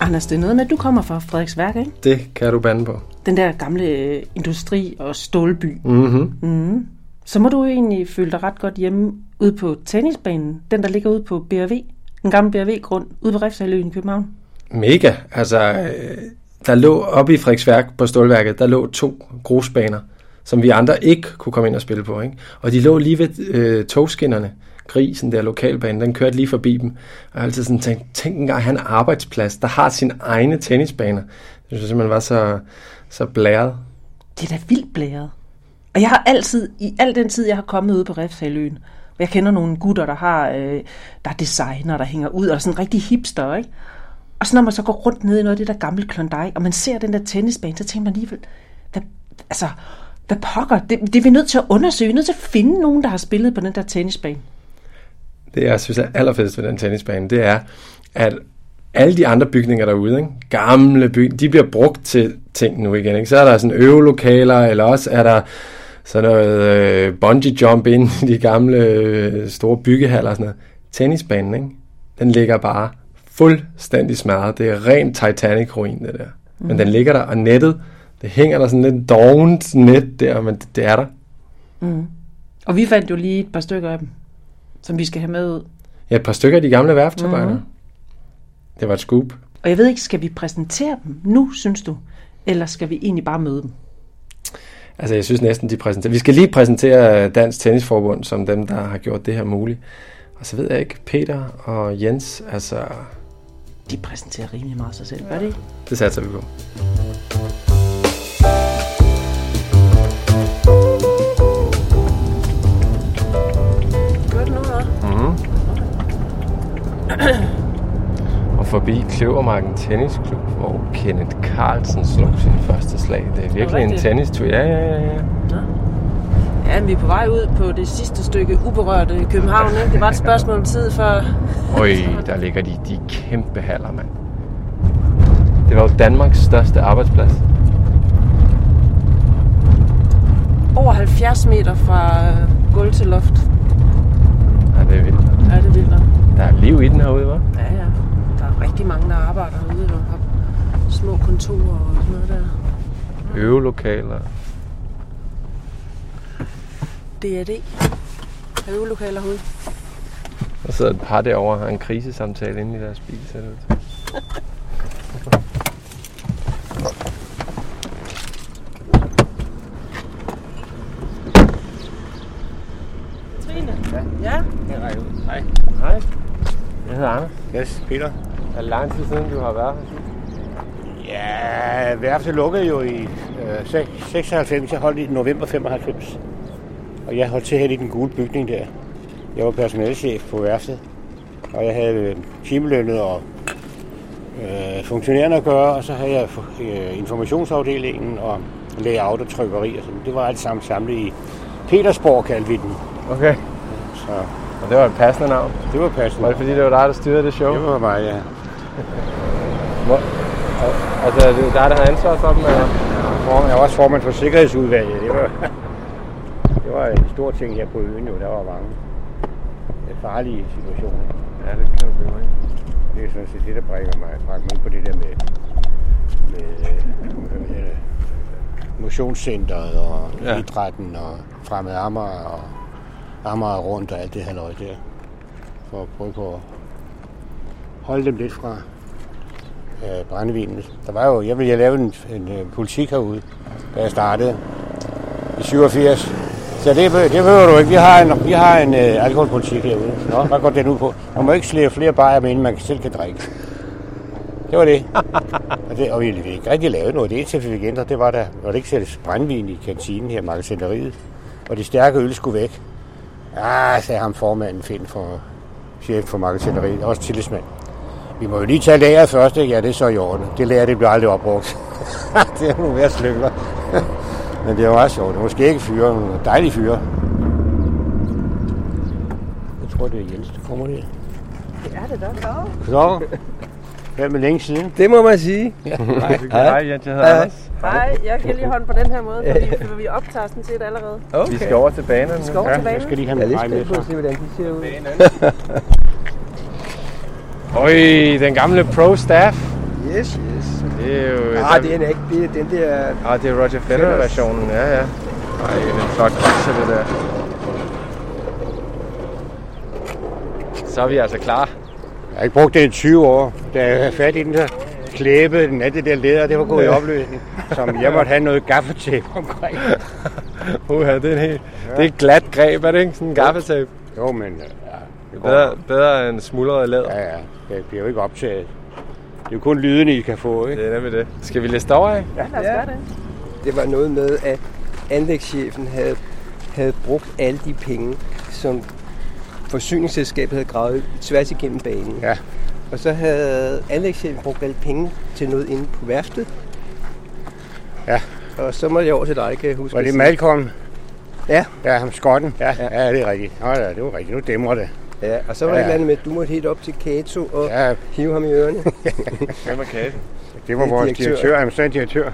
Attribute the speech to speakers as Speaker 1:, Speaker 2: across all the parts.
Speaker 1: Anders, det er noget med, at du kommer fra Frederiksværk, ikke?
Speaker 2: Det kan du bande på.
Speaker 1: Den der gamle øh, industri- og stålby.
Speaker 2: Mm-hmm.
Speaker 1: Mm. Så må du jo egentlig føle dig ret godt hjemme ude på tennisbanen. Den, der ligger ude på BRV. Den gamle BRV-grund ude på Refsaløen i København.
Speaker 2: Mega. Altså, øh, der lå oppe i Frederiksværk på stålværket, der lå to grusbaner, som vi andre ikke kunne komme ind og spille på. Ikke? Og de lå lige ved øh, togskinnerne. Grisen der lokalbanen, den kørte lige forbi dem. Og jeg har altid sådan tænkt, tænk engang at have en arbejdsplads, der har sine egne tennisbaner. Det synes jeg simpelthen var så, så blæret.
Speaker 1: Det er da vildt blæret. Og jeg har altid, i al den tid, jeg har kommet ude på Refsaløen, og jeg kender nogle gutter, der har, øh, der er designer, der hænger ud, og sådan rigtig hipster, ikke? Og så når man så går rundt ned i noget af det der gamle Klondike, og man ser den der tennisbane, så tænker man alligevel, hvad, altså, hvad pokker? Det, det er vi nødt til at undersøge. Vi er nødt til at finde nogen, der har spillet på den der tennisbane.
Speaker 2: Det, jeg synes er allerfedest ved den tennisbane, det er, at alle de andre bygninger derude, ikke? gamle bygninger, de bliver brugt til ting nu igen. Ikke? Så er der sådan øvelokaler, eller også er der sådan noget øh, bungee jump ind i de gamle øh, store byggehaller og sådan noget. Tennisbanen, ikke? den ligger bare fuldstændig smadret. Det er rent Titanic-ruin, det der. Mm. Men den ligger der, og nettet, det hænger der sådan lidt dovent net der, men det, det er der.
Speaker 1: Og vi fandt jo lige et par stykker af dem, som vi skal have med ud.
Speaker 2: Ja, et par stykker af de gamle værftarbejdere. Mm. Det var et scoop.
Speaker 1: Og jeg ved ikke, skal vi præsentere dem nu, synes du? Eller skal vi egentlig bare møde dem?
Speaker 2: Altså, jeg synes næsten, de præsenterer... Vi skal lige præsentere Dansk Tennisforbund som dem, der har gjort det her muligt. Og så ved jeg ikke, Peter og Jens, altså,
Speaker 1: De præsenterer rimelig meget sig selv, gør det ikke?
Speaker 2: det satser vi på.
Speaker 1: Gør det noget,
Speaker 2: Og forbi Kløvermarken Tennisklub, hvor Kenneth Carlsen slog sin første slag. Det er virkelig en
Speaker 1: rigtigt.
Speaker 2: tennistur. Ja, ja, ja, ja.
Speaker 1: Ja, men vi er på vej ud på det sidste stykke uberørte i København, ikke? Det var et spørgsmål om tid før...
Speaker 2: Øj, der ligger de, de kæmpe haller, mand. Det var jo Danmarks største arbejdsplads.
Speaker 1: Over 70 meter fra øh, gulv til loft.
Speaker 2: Ja, det er vildt.
Speaker 1: Ja, det er vildt nok.
Speaker 2: Der er liv i den herude, hva'?
Speaker 1: Ja, ja. Der er rigtig mange, der arbejder herude og har små kontorer og sådan noget der.
Speaker 2: Øvelokaler.
Speaker 1: DAD. Øvelokaler herude.
Speaker 2: Der sidder et par derovre og har en krisesamtale inde i deres bil, ser det ud til.
Speaker 1: Trine?
Speaker 3: Ja.
Speaker 1: Ja?
Speaker 3: Jeg rækker ud. Hej.
Speaker 2: Hej. Jeg hedder Anders.
Speaker 3: Yes, Peter.
Speaker 2: Er det lang tid siden, du har været her?
Speaker 3: Ja, værftet lukkede jo i øh, seks- 96. Jeg holdt i november 95. Og jeg holdt til her i den gule bygning der. Jeg var personalchef på værftet. Og jeg havde øh, timelønnet og øh, funktionærerne at gøre. Og så havde jeg øh, informationsafdelingen og layout og trykkeri og sådan. Det var alt sammen samlet i Petersborg, kaldte vi den.
Speaker 2: Okay.
Speaker 3: Så
Speaker 2: Og det var et passende navn.
Speaker 3: det var
Speaker 2: Var
Speaker 3: passende.
Speaker 2: det fordi, det var dig, der styrede det show?
Speaker 3: Det var mig, ja.
Speaker 2: Hvor, al- altså, er det dig, der havde ansvar for dem? Eller?
Speaker 3: Formand- Jeg var også formand for Sikkerhedsudvalget. Det var, det var en stor ting her på øen, jo. Der var mange øh, farlige situationer.
Speaker 2: Ja, det kan du blive
Speaker 3: Det er sådan set det, der bringer mig, bragte mig ind på det der med, med øh, hvad hedder det, motionscenteret og
Speaker 2: Ja.
Speaker 3: ja. idrætten og fremad Amager og Amager rundt og alt det her løg der. For at prøve på at holde dem lidt fra øh, brændevinen. Der var jo, jeg ville jeg lave en, en øh, politik herude, da jeg startede i 87. Så det, be- det behøver du ikke. Vi har en, vi har en øh, alkoholpolitik herude. Nå, hvad går den ud på? Man må ikke slæve flere bajer med, inden man selv kan drikke. Det var det. og, det, og vi fik ikke rigtig lavet noget. Det eneste, vi fik ændret, det var, der var det ikke sættes brændvin i kantinen her i magasineriet. Og det stærke øl skulle væk. Ah, sagde ham formanden Finn for chef for magasineriet, også tillidsmand. Vi må jo lige tage lager først, ikke? Ja, det er så i orden. Det lager, det bliver aldrig opbrugt. det er nogle værd slynger. Men det var meget sjovt. Det var skægge fyre, nogle dejlige fyre. Jeg tror, det er Jens, der kommer der.
Speaker 1: Ja, det er da.
Speaker 3: Så, her med længe siden.
Speaker 4: Det må man sige.
Speaker 2: Hej. Hej, Jens. Jeg hedder
Speaker 4: Hej.
Speaker 2: Anders.
Speaker 1: Hej, jeg kan lige hånden på den her måde, fordi vi optager sådan set allerede.
Speaker 4: Okay.
Speaker 2: Vi skal over til banerne. Vi skal
Speaker 1: over til
Speaker 3: Jeg skal lige have
Speaker 4: Jeg er
Speaker 3: min
Speaker 4: lidt
Speaker 3: vej med
Speaker 4: spændt på at
Speaker 3: så.
Speaker 4: se, hvordan de ser ud.
Speaker 2: Øj, den gamle pro-staff.
Speaker 5: Yes, yes.
Speaker 2: Det er jo...
Speaker 5: Nej, det er den ikke. Det er den der...
Speaker 2: Ah, det er Roger Federer-versionen, ja, ja. Ej, det er en flot boxe, det der. Så er vi altså klar.
Speaker 3: Jeg har ikke brugt den i 20 år. Da jeg havde fat i den, så klæbede den af det der leder, det var gået i opløsning. Som jeg måtte have noget gaffetape omkring.
Speaker 2: Uha, det er en helt... Det er et glat greb, er det ikke? Sådan en gaffetape.
Speaker 3: Jo, men ja, det går.
Speaker 2: Bedre, bedre end smuldret læder.
Speaker 3: Ja, ja. Det bliver jo ikke optaget. Det er jo kun lyden, I kan få, ikke?
Speaker 2: Det er nemlig det. Skal vi liste over, ikke?
Speaker 1: Ja, lad os gøre det.
Speaker 5: Det var noget med, at anlægschefen havde, havde brugt alle de penge, som forsyningsselskabet havde gravet tværs igennem banen.
Speaker 3: Ja.
Speaker 5: Og så havde anlægschefen brugt alle penge til noget inde på værftet.
Speaker 3: Ja.
Speaker 5: Og så måtte jeg over til dig, kan jeg huske.
Speaker 3: Var
Speaker 5: at
Speaker 3: det
Speaker 5: sige.
Speaker 3: Malcolm?
Speaker 5: Ja.
Speaker 3: Ja, ham skotten. Ja,
Speaker 5: Ja.
Speaker 3: ja. ja det er rigtigt. Nå, ja, det var rigtigt. Nu dæmmer det.
Speaker 5: Ja, og så var ja.
Speaker 3: Ja.
Speaker 5: det et eller andet med, at du måtte helt op til Kato og ja.
Speaker 3: Ja,
Speaker 5: hive ham i ørerne.
Speaker 2: Hvem er kage?
Speaker 3: det var
Speaker 5: Det er
Speaker 3: vores
Speaker 5: direktør.
Speaker 3: direktør, administrerende direktør.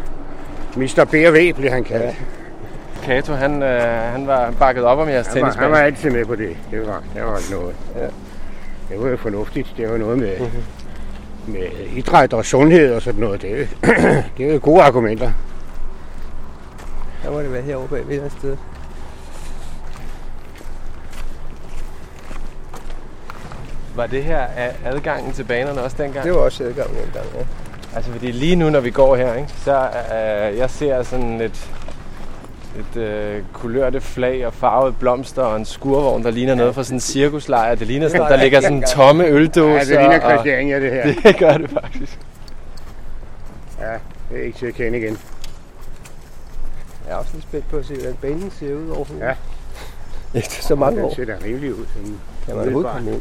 Speaker 3: Mr. B&V blev han kaldt. Ja,
Speaker 2: Kato, han, øh, han var han bakkede op om jeres
Speaker 3: han, var, han
Speaker 2: tennisbane.
Speaker 3: var altid med på det. Det var, det var ikke noget. Ja. Det var jo fornuftigt. Det var noget med, med idræt og sundhed og sådan noget. Det, er jo- det er jo gode argumenter.
Speaker 5: Der må det være herovre på et eller andet sted.
Speaker 2: Var det her af adgangen til banerne også dengang?
Speaker 5: Det var også adgang dengang, ja.
Speaker 2: Altså fordi lige nu, når vi går her, ikke, så øh, jeg ser sådan lidt et øh, kulørte flag og farvede blomster og en skurvogn, der ligner noget fra sådan en cirkuslejr. Det ligner sådan, der ligger sådan tomme øldåser.
Speaker 3: Ja, det ligner
Speaker 2: og-
Speaker 3: Christiania, det her.
Speaker 2: Det gør det faktisk.
Speaker 3: Det er ikke til at kende igen.
Speaker 5: Jeg er også lidt spændt på at se, hvordan banen ser ud overhovedet.
Speaker 3: Ja.
Speaker 5: Efter så mange
Speaker 3: Den
Speaker 5: år
Speaker 3: ser da rimelig ud. Den
Speaker 5: kan man overhovedet komme ind.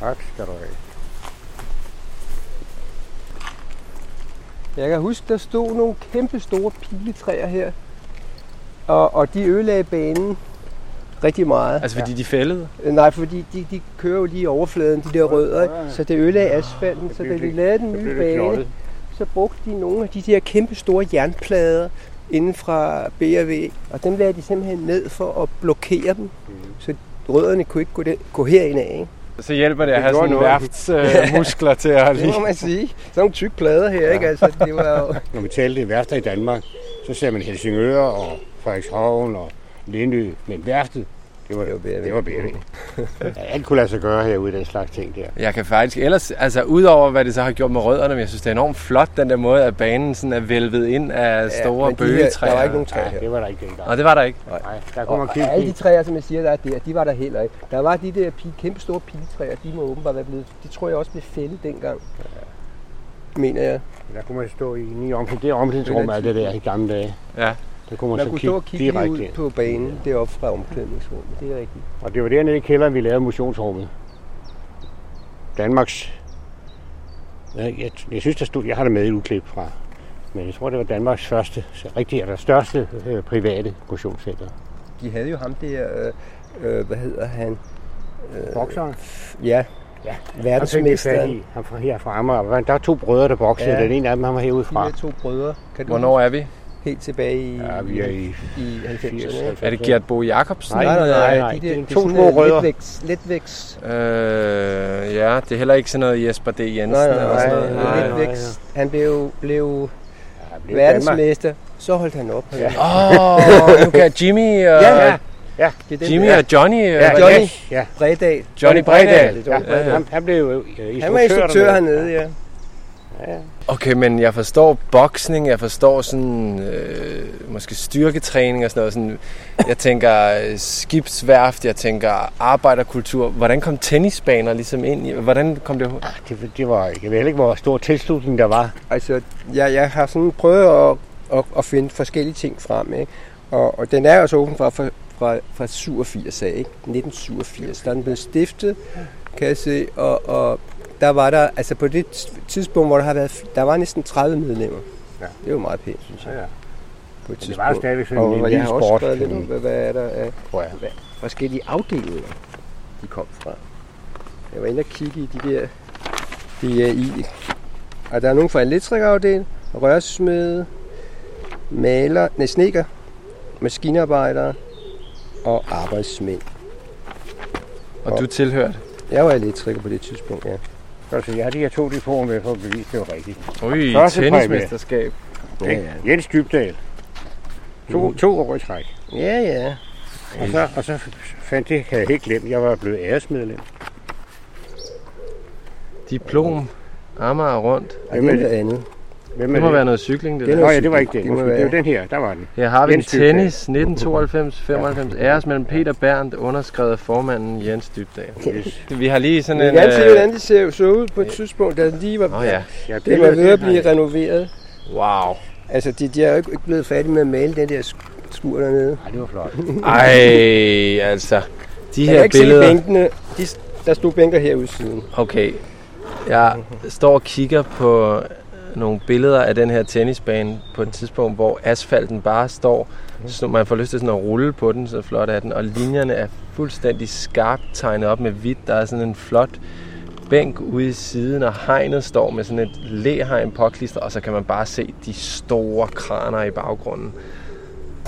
Speaker 3: Tak skal du have.
Speaker 5: Jeg kan huske, der stod nogle kæmpe store piletræer her. Og, og de ødelagde banen rigtig meget.
Speaker 2: Altså fordi de fældede.
Speaker 5: Øh, Nej, fordi de, de kører jo lige i overfladen, de der rødder, ikke? så det ødelagde asfalten. Så da
Speaker 3: blev
Speaker 5: de
Speaker 3: lidt-
Speaker 5: lavede den
Speaker 3: Så
Speaker 5: nye
Speaker 3: blev det
Speaker 5: bane,
Speaker 3: knoldet.
Speaker 5: så brugte de nogle af de der kæmpe store jernplader inden fra B&V, og dem lagde de simpelthen ned for at blokere dem,
Speaker 3: Mm.
Speaker 5: så rødderne kunne ikke gå, den, gå herind af. Ikke?
Speaker 2: Så hjælper det at
Speaker 3: Det
Speaker 2: have sådan
Speaker 3: gjorde
Speaker 2: nogle
Speaker 3: noget.
Speaker 2: værftsmuskler øh, muskler til at
Speaker 5: Det
Speaker 2: lige...
Speaker 5: må man sige. Sådan nogle tykke plader her, ikke? Altså, det var jo...
Speaker 3: Når vi talte værfter i Danmark, så ser man Helsingør og Frederikshavn og Lindø. Men værftet, det var,
Speaker 5: Det var B&V.
Speaker 3: Det var BV. ja, alt kunne lade sig gøre herude, den slags ting der.
Speaker 2: Jeg kan faktisk ellers, altså udover hvad det så har gjort med rødderne, men jeg synes, det er enormt flot, den der måde, at banen sådan er vælvet ind af store
Speaker 5: men
Speaker 2: ja,
Speaker 5: de her,
Speaker 2: bøgetræer.
Speaker 5: Der var ikke nogen træer
Speaker 3: Ja,
Speaker 5: her.
Speaker 3: det var der ikke dengang.
Speaker 2: Nå, det var der ikke.
Speaker 3: Nej, der kunne man
Speaker 5: Og
Speaker 3: kigge
Speaker 5: alle de
Speaker 3: i.
Speaker 5: træer, som jeg siger, der er der, de var der heller ikke. Der var de der pi, kæmpe store piletræer, de må åbenbart være blevet, de tror jeg også blev fældet dengang. Mener jeg.
Speaker 3: Der kunne man stå i ni omklæd. Det er omklædningsrum af det der i gamle dage.
Speaker 2: Ja.
Speaker 3: Der kunne man,
Speaker 5: Man
Speaker 3: så
Speaker 5: kunne
Speaker 3: kigge,
Speaker 5: stå og kigge lige
Speaker 3: direkte
Speaker 5: ud
Speaker 3: ind.
Speaker 5: på banen deroppe fra omklædningsrummet, det er rigtigt.
Speaker 3: Og det var dernede i kælderen, vi lavede motionsrummet. Danmarks... Jeg, jeg, jeg synes, der stod... Jeg har det med i et udklip fra... Men jeg tror, det var Danmarks første, så rigtig eller største øh, private motionscenter.
Speaker 5: De havde jo ham der, øh, øh, hvad hedder han? Øh,
Speaker 3: Bokseren?
Speaker 5: Ja,
Speaker 3: Ja. Han fik det fat
Speaker 5: verdensmesteren.
Speaker 3: i. Han fra her fra Amager. Der er to brødre, der boksede.
Speaker 5: Ja.
Speaker 3: Ja. Den ene af dem, han var herude
Speaker 5: De
Speaker 3: fra.
Speaker 5: der to brødre, kan du
Speaker 2: Hvornår er vi?
Speaker 5: huske? helt tilbage i,
Speaker 3: Ja, vi er i
Speaker 5: i 90'erne?
Speaker 3: 80.
Speaker 5: ikke?
Speaker 2: Er det Gert Bo Jacobsen?
Speaker 3: Nej, nej,
Speaker 5: de
Speaker 3: det er
Speaker 5: der,
Speaker 3: to små rødder.
Speaker 5: Letvæks, letvæks,
Speaker 2: Øh, ja, det er heller ikke sådan noget Jesper D. Jensen
Speaker 5: nej, nej,
Speaker 2: eller
Speaker 5: nej,
Speaker 2: sådan noget.
Speaker 5: nej,
Speaker 3: nej, nej.
Speaker 5: letvæks. Han blev, blev
Speaker 3: Ja, det er Danmark.
Speaker 5: verdensmester, så holdt han op.
Speaker 3: Ja.
Speaker 2: Åh, oh, nu kan Jimmy, og,
Speaker 5: Ja,
Speaker 3: ja.
Speaker 5: Det er den
Speaker 2: Jimmy
Speaker 5: der
Speaker 2: og Johnny, øh,
Speaker 3: Ja,
Speaker 2: ja,
Speaker 5: Johnny.
Speaker 3: Johnny. Ja,
Speaker 5: Bredal.
Speaker 2: Johnny Bredal.
Speaker 5: det
Speaker 3: ja,
Speaker 5: var
Speaker 2: Bredal.
Speaker 3: ja. Han, han blev jo øh, instruktør.
Speaker 5: Han var instruktør
Speaker 3: dernede.
Speaker 5: hernede, ja.
Speaker 2: Okay, men jeg forstår boksning, jeg forstår sådan, øh, måske styrketræning og sådan noget. Sådan, jeg tænker øh, skibsværft, jeg tænker arbejderkultur. Hvordan kom tennisbaner ligesom ind i, hvordan kom det
Speaker 3: Det, det var, jeg ved heller ikke, hvor stor tilslutning der var.
Speaker 5: Altså, jeg, jeg har sådan prøvet at, at, at finde forskellige ting frem, ikke? Og, og den er også åben fra, fra, fra, fra 87 af, ikke? 1987. Der er den blevet stiftet, kan jeg se, og, og der var der, altså på det tidspunkt, hvor der har været, der var næsten 30 medlemmer.
Speaker 3: Ja.
Speaker 5: Det er jo meget pænt, synes jeg.
Speaker 3: Ja.
Speaker 5: På et
Speaker 3: Men det var jo
Speaker 5: tidspunkt.
Speaker 3: stadigvæk sådan en
Speaker 5: Og jeg
Speaker 3: lille
Speaker 5: har også
Speaker 3: sport,
Speaker 5: skrevet lidt om,
Speaker 3: fordi,
Speaker 5: hvad, hvad er der af
Speaker 3: tror jeg.
Speaker 5: forskellige afdelinger, de kom fra. Jeg var inde og kigge i de der, de er i. Og der er nogen fra elektrikerafdelingen, rørsmede, maler, nej, sneker, maskinarbejdere og arbejdsmænd.
Speaker 2: Og du tilhørte?
Speaker 5: Jeg var elektriker på det tidspunkt, ja.
Speaker 3: Altså, jeg har de her to depoter med for at bevise, det var rigtigt.
Speaker 2: Ui,
Speaker 3: Første præmie.
Speaker 2: tennismesterskab.
Speaker 3: Ja, ja. Mm. Jens Dybdal. To, to år i træk.
Speaker 5: Ja, ja.
Speaker 3: Og så, og så fandt det, kan jeg helt glemme, jeg var blevet æresmedlem.
Speaker 2: Diplom. Amager rundt.
Speaker 5: Og det er noget andet.
Speaker 3: Hvem
Speaker 2: Det må være noget cykling, det
Speaker 5: Det
Speaker 2: der.
Speaker 3: Nå
Speaker 5: er noget
Speaker 3: ja, det var ikke den.
Speaker 5: Det må
Speaker 3: Undskyld, Det var
Speaker 5: være.
Speaker 3: den her, der var den.
Speaker 2: Her har vi en
Speaker 3: Jens Dybdahl.
Speaker 2: tennis, 1992-95, æres mellem Peter Berndt, underskrevet af formanden Jens Dybdal.
Speaker 3: Yes.
Speaker 2: Vi har lige sådan
Speaker 5: Jeg
Speaker 2: en...
Speaker 5: kan gerne se,
Speaker 2: øh,
Speaker 5: hvordan det ser så ud på et tidspunkt, da den lige var,
Speaker 2: Nå ja,
Speaker 3: Ja,
Speaker 5: det var ved at blive renoveret.
Speaker 2: wow.
Speaker 5: Altså, de, de er jo ikke ikke blevet færdige med at male den der sk- skur dernede.
Speaker 3: Nej, det var flot.
Speaker 2: Ej, altså. De
Speaker 5: Jeg kan
Speaker 2: her
Speaker 5: ikke se
Speaker 2: billeder...
Speaker 5: bænkene. De, der stod bænker herude i siden.
Speaker 2: Okay, jeg står og kigger på nogle billeder af den her tennisbane på et tidspunkt, hvor asfalten bare står, så man får lyst til sådan at rulle på den, så flot er den, og linjerne er fuldstændig skarpt tegnet op med hvidt. Der er sådan en flot bænk ude i siden, og hegnet står med sådan et læhegn påklistret, og så kan man bare se de store kraner i baggrunden.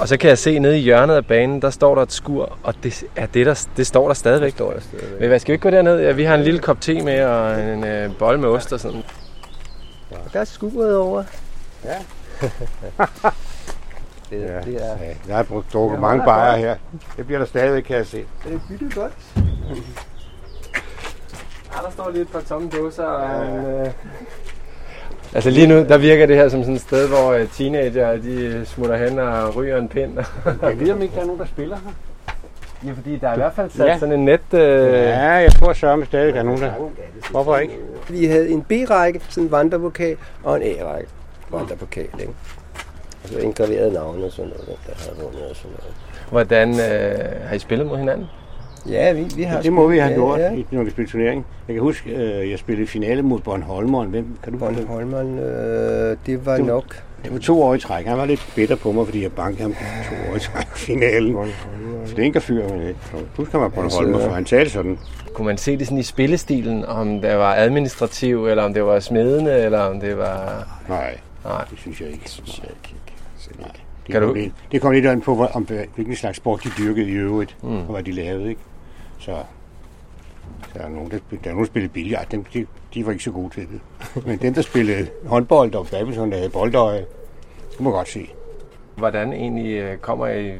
Speaker 2: Og så kan jeg se nede i hjørnet af banen, der står der et skur, og det, er det, der, det står der stadigvæk. Står der stadigvæk. Men hvad, skal vi ikke gå derned? Ja, vi har en lille kop te med og en øh, bolle med ost og sådan.
Speaker 5: Og der er skuret over.
Speaker 3: Ja.
Speaker 5: det,
Speaker 3: Ja.
Speaker 5: det er...
Speaker 3: Ja, jeg har brugt, drukket
Speaker 5: Ja,
Speaker 3: mange
Speaker 5: meget
Speaker 3: bajer
Speaker 5: godt.
Speaker 3: her. Det bliver der stadigvæk, kan jeg se.
Speaker 5: Det er byttet godt.
Speaker 2: Ja, der står lige et par tomme dåser og en, øh... Altså lige nu, der virker det her som sådan et sted, hvor øh, teenager, de øh, smutter hen og ryger en pind.
Speaker 3: Jeg ved, om ikke der er nogen, der spiller her.
Speaker 2: ja, fordi der er i hvert fald sat ja.
Speaker 3: Ja.
Speaker 2: sådan en net... Øh...
Speaker 3: Ja, jeg tror sørme stadig, der er nogen, der... Hvorfor ikke?
Speaker 5: Vi havde en B-række, sådan en vandrepokal, og en A-række, vandrepokal, ikke? Og så indgraverede navne og sådan noget, hvem der havde vundet og sådan noget.
Speaker 2: Hvordan øh, har I spillet mod hinanden?
Speaker 5: Ja, vi, vi har
Speaker 3: Det må vi have
Speaker 5: ja,
Speaker 3: gjort,
Speaker 5: Ja.
Speaker 3: i- når vi spillede turnering. Jeg kan huske, øh, jeg spillede finale mod Bornholmeren. Hvem kan du huske? det?
Speaker 5: Bornholmeren, øh, det var
Speaker 3: Det-
Speaker 5: nok.
Speaker 3: Det var to år i træk. Han var lidt bitter på mig, fordi jeg bankede ham to år i træk i finalen. Stinkerfyr, men jeg kan huske, han var Bornholmer,
Speaker 5: Altså-
Speaker 3: for han talte sådan.
Speaker 2: Kunne man se det sådan i spillestilen, om det var administrativ, eller om det var smedende, eller om det var...
Speaker 3: Nej,
Speaker 2: Nej.
Speaker 3: det synes jeg ikke. Det synes jeg ikke. Nej. Det,
Speaker 2: Kan
Speaker 3: kom
Speaker 2: du-
Speaker 3: lidt, det kom lidt an på, hvor- om, øh, hvilken slags sport de dyrkede i øvrigt, mm. og hvad de lavede. Ikke? Så der er nogen, der, spil- der, er nogen, der spillede billiard. Dem, de, de, var ikke så gode til det. Men dem, der spillede håndbold og badminton, der havde boldøje, det kunne man godt se.
Speaker 2: Hvordan egentlig øh, kommer I,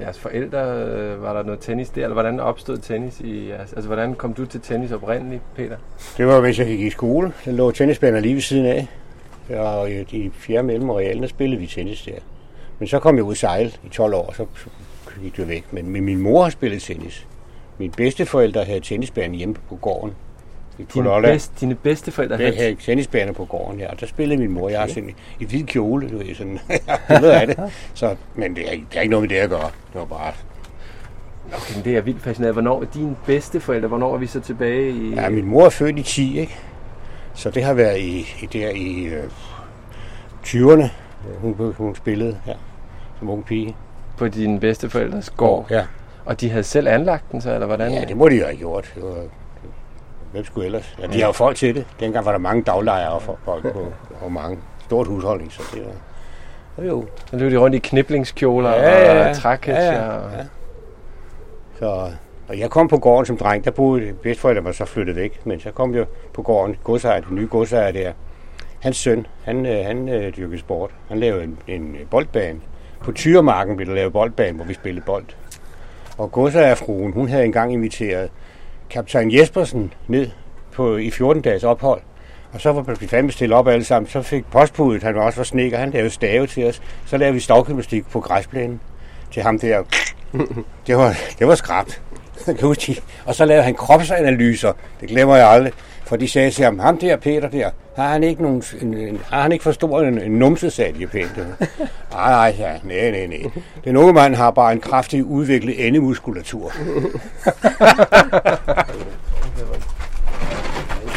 Speaker 2: jeres forældre, øh, var der noget tennis der, eller hvordan opstod tennis i jeres, altså hvordan kom du til tennis oprindeligt, Peter?
Speaker 3: Det var, mens jeg gik i skole. Der lå tennisbaner lige ved siden af. Og i de fjerde mellem og realen, der spillede vi tennis der. Men så kom jeg ud sejl i 12 år, så så gik det væk. Men, men min mor har spillet tennis. Mine bedsteforældre havde tennisbanen hjemme på gården. I på
Speaker 2: Dine,
Speaker 3: Lolland.
Speaker 2: bedst, dine bedsteforældre
Speaker 3: Jeg
Speaker 2: havde...
Speaker 3: havde tennisbaner på gården her, og der spillede min mor. Jeg har sådan i hvid kjole, du ved, sådan. Jeg har billeder af det. Så, men det er, ikke- det er ikke noget med det at gøre. Det var bare...
Speaker 2: Okay, men det er jeg vildt fascineret. Hvornår er dine bedsteforældre, hvornår er vi så tilbage i...
Speaker 3: Ja, min mor er født i 10, ikke? Så det har været i, i der i øh, 20'erne, hun, blev- hun spillede her som ung pige.
Speaker 2: På dine bedsteforældres gård.
Speaker 3: Ja.
Speaker 2: Og de havde selv anlagt den så, eller hvordan?
Speaker 3: ja, det må de jo have gjort. Det var, hvem skulle ellers? Ja, de har jo folk til det. Dengang var der mange daglejere og folk på, og mange. Stort husholdning, så det var... Så jo,
Speaker 2: Så løb de rundt i kniblingskjoler
Speaker 3: Ja, ja,
Speaker 2: og
Speaker 3: ja.
Speaker 2: trækketcher.
Speaker 3: Ja, ja,
Speaker 2: og-
Speaker 3: ja. Så, og jeg kom på gården som dreng. Der boede bedsteforældrene var så flyttet væk. Men så kom jeg på gården. Godsejer, den nye godsejer der. Hans søn, han, øh, han øh, dyrkede sport. Han lavede en, en øh, boldbane. På Tyremarken blev der lavet boldbane, hvor vi spillede bold. Og godsejerfruen, hun havde engang inviteret kaptajn Jespersen ned på, i 14-dages ophold. Og så var vi fandme stille op alle sammen. Så fik postbuddet, han var også var snekker, han lavede stave til os. Så lavede vi stavgymnastik på græsplænen til ham der. Det var, det var skrabt. Jeg kan huske de- Og så lavede han kropsanalyser. Det glemmer jeg aldrig. For de sagde til ham, ham der Peter der, har han ikke, nogen, en, en, har han ikke for stor en, en numse, sagde de pænt. Nej, nej, ja, nej, nej, nej. Den unge mand har bare en kraftig udviklet endemuskulatur.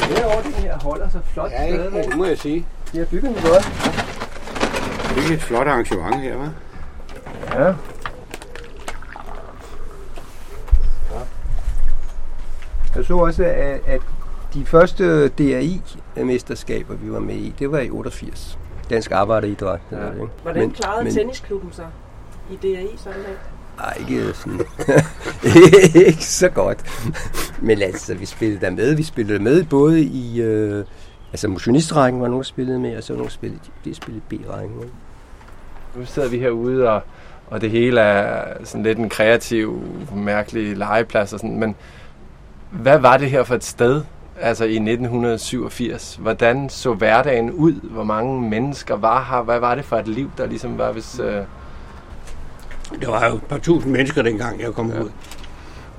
Speaker 5: Herovre, den her holder så flot ja, stadigvæk.
Speaker 3: må jeg sige.
Speaker 5: De har bygget den godt.
Speaker 3: Det er et flot arrangement her, hva'?
Speaker 2: Ja.
Speaker 5: Jeg så også, at, at de første DRI-mesterskaber, vi var med i, det var i 88. Dansk Arbejderidræt. Ja. Det, ikke?
Speaker 1: Hvordan men, klarede men, tennisklubben sig i DRI E sådan dag?
Speaker 5: Ej, ikke sådan. ikke så godt. Men altså, vi spillede der med. Vi spillede med både i... Øh, altså, motionistrækken var nogen, der spillede med, og så var nogen, der spillede, de spillede B-rækken. ikke?
Speaker 2: Nu sidder vi herude, og, og det hele er sådan lidt en kreativ, mærkelig legeplads og sådan, men hvad var det her for et sted, altså i 1987? Hvordan så hverdagen ud? Hvor mange mennesker var her? Hvad var det for et liv, der ligesom var, hvis... Øh,
Speaker 3: Der var jo et par tusind mennesker dengang, jeg kom ja. ud.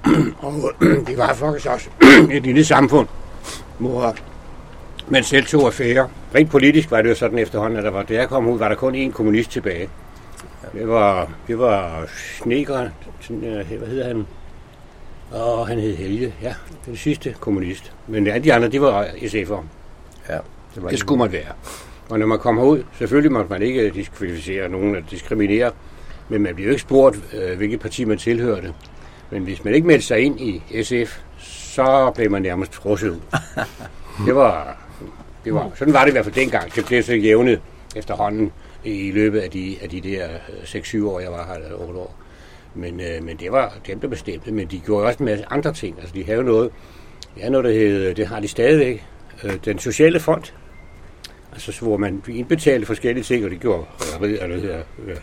Speaker 3: Og det var faktisk også et lille samfund, hvor man selv tog affære. Rent politisk var det jo sådan efterhånden, at der var, da jeg kom ud, var der kun én kommunist tilbage. Det var, det var Sneker, sådan, øh, hvad hedder han? Og han hed Helge, ja, den sidste kommunist. Men alle de andre, det var SF'er.
Speaker 2: Ja,
Speaker 3: det, var det skulle man være. Og når man kom herud, selvfølgelig måtte man ikke diskvalificere nogen eller diskriminere, men man blev jo ikke spurgt, øh, hvilket parti man tilhørte. Men hvis man ikke meldte sig ind i SF, så blev man nærmest frosset ud. Det var, det var, sådan var det i hvert fald dengang. Det blev så jævnet efterhånden i løbet af de, af de der øh, 6-7 år, jeg var her, eller 8 år. Men, øh, men det var dem, der bestemte. Men de gjorde også en masse andre ting. Altså, de havde noget, ja, noget der hed, det har de stadigvæk, øh, den sociale fond. Altså, så hvor man indbetalte forskellige ting, og det gjorde rederiet, eller det her, øh,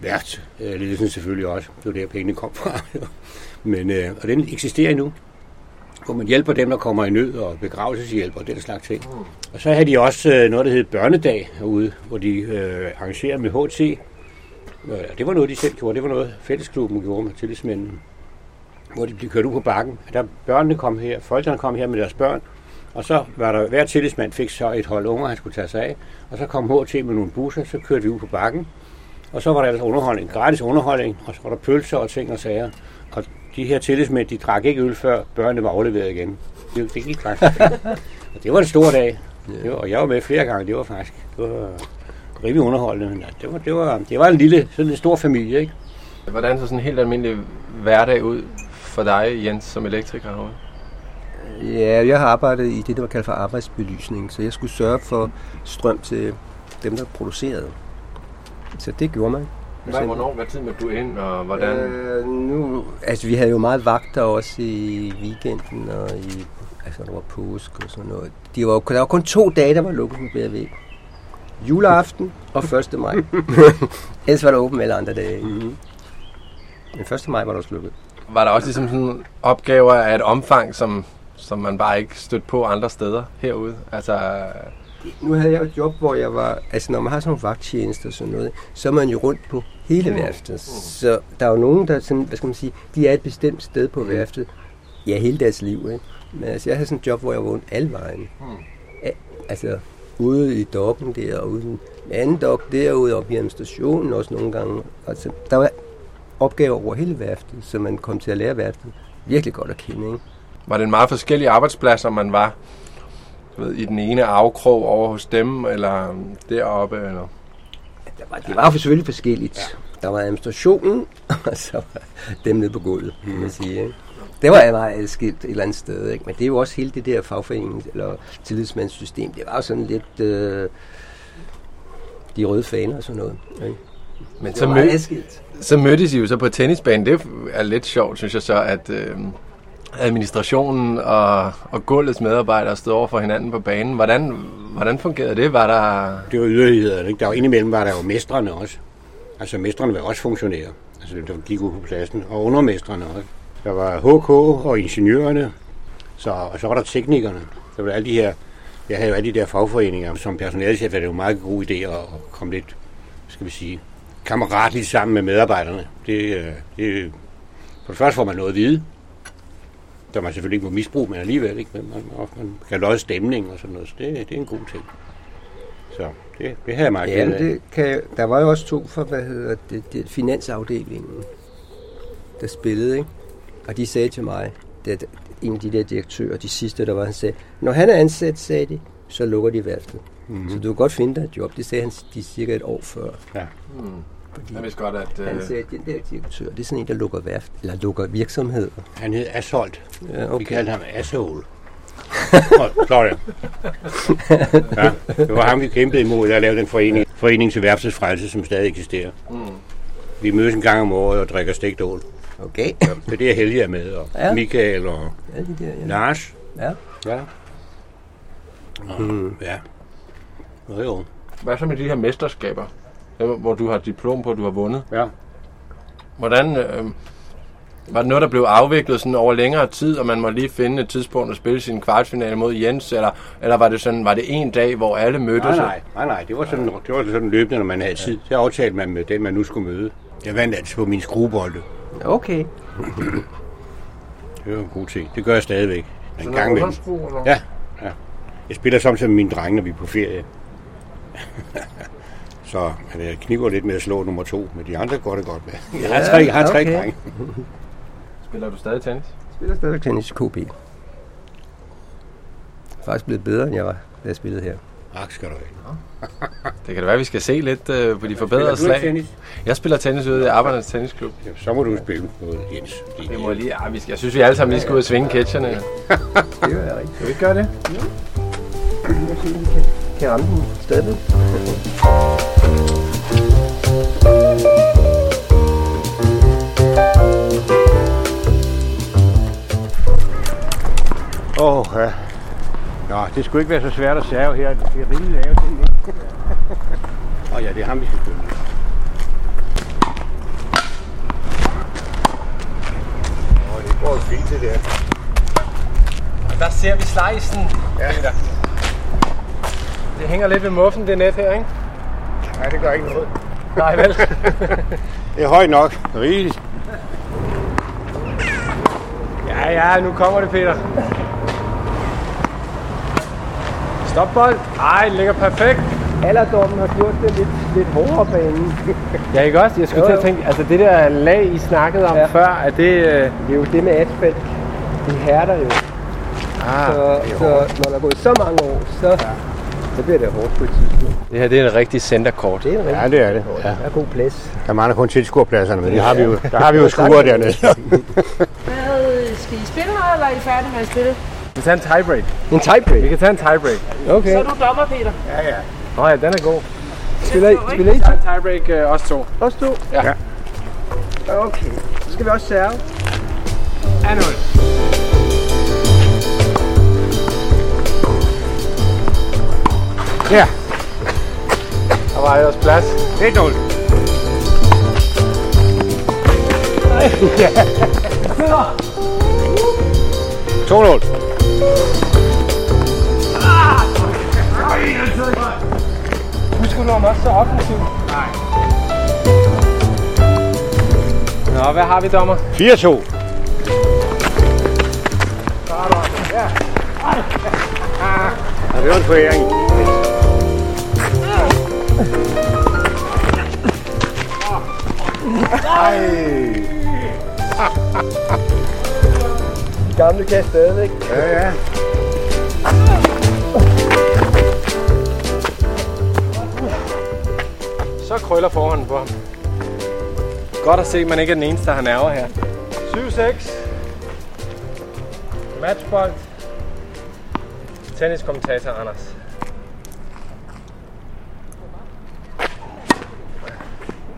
Speaker 3: vært, øh, ledelsen selvfølgelig også. Det var der, pengene kom fra. Men, øh, og den eksisterer endnu, hvor man hjælper dem, der kommer i nød, og begravelseshjælp og den slags ting. Og så havde de også øh, noget, der hed Børnedag herude, hvor de øh, arrangerer med HT. Øh, det var noget, de selv gjorde. Det var noget, fællesklubben gjorde med tillidsmændene, hvor de blev kørt ud på bakken. Der børnene kom her, forældrene kom her med deres børn, og så var der, hver tillidsmand fik så et hold unger, han skulle tage sig af, og så kom HT med nogle busser, så kørte vi ud på bakken, og så var der altså underholdning, gratis underholdning, og så var der pølser og ting og sager. Og de her tillidsmænd, de drak ikke øl, før børnene var afleveret igen. Det, det gik faktisk. og det var en stor dag. Det var, og jeg var med flere gange, det var faktisk det var rimelig underholdende. Men det var, det var, det var en lille, sådan en stor familie, ikke?
Speaker 2: hvordan så sådan en helt almindelig hverdag ud for dig, Jens, som elektriker herude?
Speaker 5: Ja, jeg har arbejdet i det, der var kaldt for arbejdsbelysning, så jeg skulle sørge for strøm til dem, der producerede. Så det gjorde man.
Speaker 2: Hvad, hvornår, hvad tid måtte du ind, og hvordan?
Speaker 5: Øh, nu, altså, vi havde jo meget vagter også i weekenden og i, altså, der var påske og sådan noget. De var, jo- der var kun to dage, der var lukket på BRV. Juleaften og 1. maj. Ellers var der åbent alle andre dage.
Speaker 2: Mhm.
Speaker 5: Mm-hmm. Men 1. maj var der også lukket.
Speaker 2: Var der også ligesom sådan opgaver af et omfang, som, som man bare ikke stødte på andre steder herude? Altså,
Speaker 5: Nu havde jeg jo et job, hvor jeg var... Altså, når man har sådan nogle vagttjenester og sådan noget, så er man jo rundt på hele værftet. Så der er jo nogen, der sådan... Hvad skal man sige? De er et bestemt sted på værftet. Ja, hele deres liv, ikke? Men altså, jeg havde sådan et job, hvor jeg var rundt alle vejen. A- Altså, ude i dokken der, og ude i den anden dok derude, op i administrationen også nogle gange. Altså, der var opgaver over hele værftet, så man kom til at lære værftet virkelig godt at kende, ikke?
Speaker 2: Var det en meget forskellige arbejdspladser, man var du ved, i den ene afkrog over hos dem, eller øhm, deroppe? Eller?
Speaker 5: Der var, det var jo selvfølgelig forskelligt. Ja. Der var administrationen, og så var dem nede på gulvet, kan man sige. Ikke? Det var meget adskilt et eller andet sted, ikke? men det er jo også hele det der fagforenings- eller tillidsmandssystem. Det var jo sådan lidt øh, de røde faner og sådan noget. Ikke?
Speaker 2: Men
Speaker 5: Det
Speaker 2: så,
Speaker 5: var meget
Speaker 2: mød,
Speaker 5: adskilt.
Speaker 2: så mødtes I jo så på tennisbanen. Det er lidt sjovt, synes jeg så, at øh, administrationen og, og gulvets medarbejdere stod over for hinanden på banen. Hvordan, hvordan fungerede det? Var der...
Speaker 3: Det var yderligheder, ikke? Der var, indimellem var der jo mestrene også. Altså, mestrene var også funktionære. Altså, dem, der gik ud på pladsen. Og undermestrene også. Der var HK og ingeniørerne. Så, og så var der teknikerne. Der var alle de her... Jeg havde jo alle de der fagforeninger. Som personalechef var det jo en meget god idé at, at komme lidt, skal vi sige, kammeratligt sammen med medarbejderne. Det, øh, det, for det første får man noget at vide, der man selvfølgelig ikke må misbruge, men alligevel, ikke? Men man, og man kan løje stemning og sådan noget, så det, det er en god ting. Så det, det havde jeg meget
Speaker 5: Ja,
Speaker 3: glæde
Speaker 5: men
Speaker 3: af.
Speaker 5: det kan, jeg- der var jo også to fra, hvad hedder det, det finansafdelingen, der spillede, ikke? Og de sagde til mig, at en af de der direktører, de sidste, der var, han sagde, når han er ansat, sagde de, så lukker de værftet. Mm-hmm. Så du kan godt finde dig et job. Det sagde han de cirka et år før.
Speaker 3: Mhm. Ja.
Speaker 5: Fordi
Speaker 2: Jeg vidste godt, at... øh,
Speaker 5: han sagde, at den der direktør, det er sådan en, der lukker, værft, eller lukker virksomheder.
Speaker 3: Han hed Asholt.
Speaker 5: Ja,
Speaker 3: Vi
Speaker 5: okay.
Speaker 3: kaldte ham Asshole. oh, sorry. Ja, det var ham, vi kæmpede imod, der lavede den forening, Mm. forening til værftets frelse, som stadig eksisterer. Vi mødes en gang om året og drikker stegt ål.
Speaker 5: Okay.
Speaker 3: Så det er Helge er med, og
Speaker 5: Ja.
Speaker 3: ja. Michael og
Speaker 5: Ja, de der, ja.
Speaker 3: Lars.
Speaker 5: Ja.
Speaker 3: Ja. Og, mm. Ja. Jo, jo.
Speaker 2: Hvad så med de her mesterskaber, øh, hvor du har diplom på, at du har vundet?
Speaker 3: Ja.
Speaker 2: Hvordan, øh, var det noget, der blev afviklet sådan over længere tid, og man må lige finde et tidspunkt at spille sin kvartfinale mod Jens, eller, eller var det sådan, var det en dag, hvor alle mødtes?
Speaker 3: Nej, nej, nej, nej. Det var sådan, det var sådan løbende, når man havde tid. Så aftalte man med den, man nu skulle møde. Jeg vandt altid på min skruebolde.
Speaker 5: Okay.
Speaker 3: Det var en god ting. Det gør jeg stadigvæk. En
Speaker 2: Sådan
Speaker 3: gang
Speaker 2: noget
Speaker 3: imellem.
Speaker 2: underskru, eller?
Speaker 3: Ja, ja. Jeg spiller samtidig med mine drenge, når vi er på ferie. Så men jeg kniver lidt med at slå nummer to, men de andre går det godt med. Jeg har tre, jeg har tre
Speaker 5: okay.
Speaker 3: drenge.
Speaker 2: Spiller du stadig tennis?
Speaker 5: Spiller stadigvæk tennis i KB. Jeg er faktisk blevet bedre, end jeg var, da jeg spillede her.
Speaker 3: Ak, skal du have.
Speaker 2: Det kan da være, vi skal se lidt øh, på de forbedrede
Speaker 3: Spiller du
Speaker 2: slag.
Speaker 3: ikke tennis?
Speaker 2: Jeg spiller tennis ude i Arbejdernes Tennisklub.
Speaker 3: Jamen, Så må du spille noget, Jens. Det,
Speaker 2: Det må jeg lige, ah, vi skal, jeg synes, vi alle sammen lige skal ud og svinge catcherne.
Speaker 5: Det var jeg rigtig.
Speaker 2: Kan vi ikke gøre det?
Speaker 5: Kan jeg ramme den stadigvæk?
Speaker 3: Åh, oh, ja. Nå, det skulle ikke være så svært at serve her. Det er rimelig lave ting. Åh oh, ja, det er ham, vi skal spille. Åh, det går fint, det der.
Speaker 2: Der ser vi slejsen,
Speaker 3: Ja.
Speaker 2: Peter. Det hænger lidt ved muffen, det net her, ikke?
Speaker 3: Nej, det gør ikke noget.
Speaker 2: Nej, vel?
Speaker 3: Det er højt nok. Rigeligt.
Speaker 2: Ja, ja, nu kommer det, Peter. Stop bold. Ej, den ligger perfekt.
Speaker 5: Alderdommen har gjort det lidt, lidt hårdere banen.
Speaker 2: Ja, ikke også? Jeg skulle
Speaker 5: Jo,
Speaker 2: til at
Speaker 5: jo.
Speaker 2: tænke, altså det der lag, I snakkede om
Speaker 5: Ja.
Speaker 2: ja. før, er det... Øh...
Speaker 5: Det er jo det med asfalt. De hærder jo.
Speaker 2: Ah,
Speaker 5: Så, så når der er gået så mange år, så, så bliver det hårdt på et tidspunkt.
Speaker 2: det her det er en rigtig centerkort.
Speaker 5: Det er en rigtig
Speaker 3: Ja, det er det. Ja.
Speaker 5: der er god plads.
Speaker 3: Der mangler kun tilskuerpladserne, men det har vi jo, der har vi jo skruer dernede.
Speaker 6: Hvad skal I spille noget, eller er I færdige med at spille?
Speaker 2: Vi tager en tiebreak.
Speaker 5: En tiebreak.
Speaker 2: Vi kan tage en tiebreak.
Speaker 5: Okay.
Speaker 6: Så er du dommer, Peter.
Speaker 3: ja, ja.
Speaker 2: Nå ja, den er god.
Speaker 5: Spiller I, spiller I
Speaker 2: Vi tager en tiebreak øh, også to.
Speaker 5: også to?
Speaker 3: Ja.
Speaker 5: Okay. Så skal vi også serve.
Speaker 2: Anul.
Speaker 3: Ja,
Speaker 2: Der var ellers plads.
Speaker 3: det er dårligt. Ja. 2-0.
Speaker 2: Husk, når man også så offensiv. Nej. Nå, hvad har vi, dommer?
Speaker 3: 4-2. Ja, det var en foræring.
Speaker 5: De gamle kan stadigvæk.
Speaker 3: Ja, ja.
Speaker 2: Så krøller forhånden på ham. Godt at se, at man ikke er den eneste, der har nerver her. 7-6. Matchbold. Tenniskommentator Anders.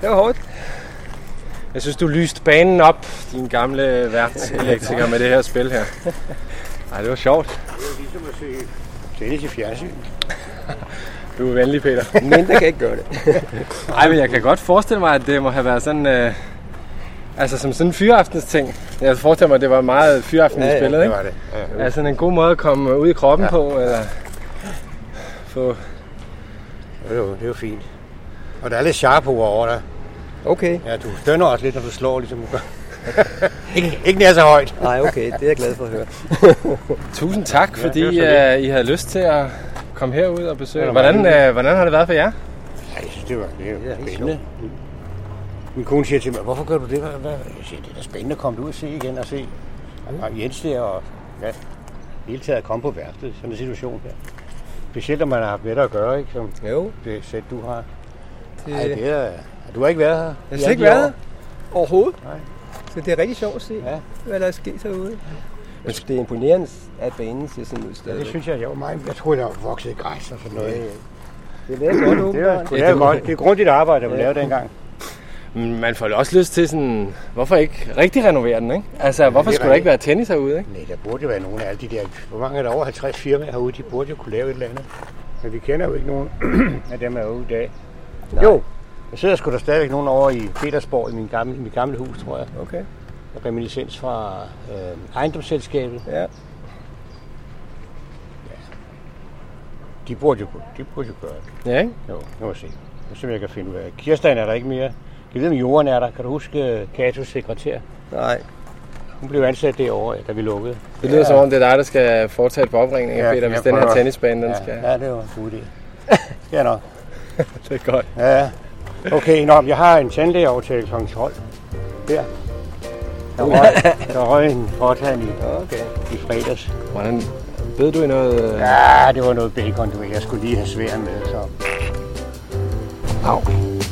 Speaker 5: Det var hårdt.
Speaker 2: Jeg synes, du lyste banen op, din gamle værtselektriker, med det her spil her. Nej, det var sjovt.
Speaker 3: Ligesom at se tennis i fjernsyn.
Speaker 2: Du er venlig, Peter.
Speaker 5: Men der kan ikke gøre det.
Speaker 2: Nej, men jeg kan godt forestille mig, at det må have været sådan... Øh, altså som sådan en fyraftens ting. Jeg forestiller mig, at det var meget fyraften, ja,
Speaker 5: Ja,
Speaker 2: ja,
Speaker 5: ja,
Speaker 2: spillet,
Speaker 3: Det
Speaker 2: ikke?
Speaker 3: var det. Ja.
Speaker 2: Er sådan en god måde at komme ud i kroppen ja. på, eller få...
Speaker 3: Jo, jo, det er jo fint. Og der er lidt sharp over over dig.
Speaker 5: Okay.
Speaker 3: Ja, du stønner også lidt, når du slår, ligesom du gør. ikke, ikke nær så højt.
Speaker 5: Nej, okay. Det er jeg glad for at høre.
Speaker 2: Tusind tak, ja, fordi
Speaker 3: det var
Speaker 2: uh, I havde lyst til at komme herud og besøge.
Speaker 3: Det var da
Speaker 2: Hvordan, uh, hvordan har det været for jer?
Speaker 3: Nej, jeg synes, det var det er jo spændende. Min kone siger til mig, hvorfor gør du det? Hvad, hvad? Jeg siger, det er da spændende at komme ud og se igen og se. Og Jens der og ja, i det hele taget at komme på værftet, sådan en situation der. Specielt når man har haft med dig at gøre, ikke? Som
Speaker 5: Jo.
Speaker 3: det sæt, du har.
Speaker 5: Det,
Speaker 3: Ej, det er, du har ikke været her.
Speaker 5: Jeg har slet ikke været her. Overhovedet?
Speaker 3: Nej.
Speaker 5: Så det er rigtig sjovt at se, ja.
Speaker 3: Ja.
Speaker 5: hvad der er sket herude. Jeg synes, det er imponerende, at banen ser sådan ud
Speaker 3: Ja,
Speaker 5: stadigvæk.
Speaker 3: det synes jeg, jeg var meget. Jeg troede, der var vokset i græs og sådan noget.
Speaker 5: det er lavet godt
Speaker 3: Det var
Speaker 5: åbenbart.
Speaker 3: sgu da godt. Det er grundigt arbejde, man lavede dengang.
Speaker 2: Men Mm, Man får jo også lyst til sådan, hvorfor ikke rigtig renovere den, ikke? Altså, hvorfor
Speaker 3: det er
Speaker 2: skulle der ikke
Speaker 3: rigtigt.
Speaker 2: være tennis herude, ikke?
Speaker 3: Nej, der burde jo være nogen af alle de der... Hvor mange er der over 50 firmaer herude? De burde jo kunne lave et eller andet. Men vi kender jo ikke nogen af dem herude i dag. Nej. Jo, der sidder sgu der stadigvæk nogen over i Petersborg i min gamle, i mit gamle hus, tror jeg.
Speaker 5: Okay,
Speaker 3: Reminiscens fra øh, ejendomsselskabet.
Speaker 5: ja.
Speaker 3: De burde jo, kunne- de burde jo gøre det.
Speaker 2: Ja, ikke?
Speaker 3: Jo, nu må vi se. Nu se, om jeg kan finde ud af. Kirsten er der ikke mere. Jeg ved, om jorden er der. Kan du huske øh, Katos sekretær?
Speaker 5: Nej,
Speaker 3: Hun blev ansat derovre, da vi lukkede.
Speaker 2: Det lyder som om, det er dig, der skal foretage et par opringninger, Peter, hvis den her
Speaker 3: prøver.
Speaker 2: tennisbane, den
Speaker 3: ja,
Speaker 2: skal...
Speaker 3: Ja, det var en god idé. Skal jeg nok.
Speaker 2: Det er godt.
Speaker 3: Ja, ja. Okay, nå, men jeg har en tandlægeaftale kl. 12. Der. Der
Speaker 2: Uh.
Speaker 3: røg, der røg en fortand i,
Speaker 5: okay.
Speaker 3: i fredags.
Speaker 2: Hvordan... Ved du i noget... øh,
Speaker 3: Ja, det var noget bacon, du ved. Jeg skulle lige have sværen med, så... Au.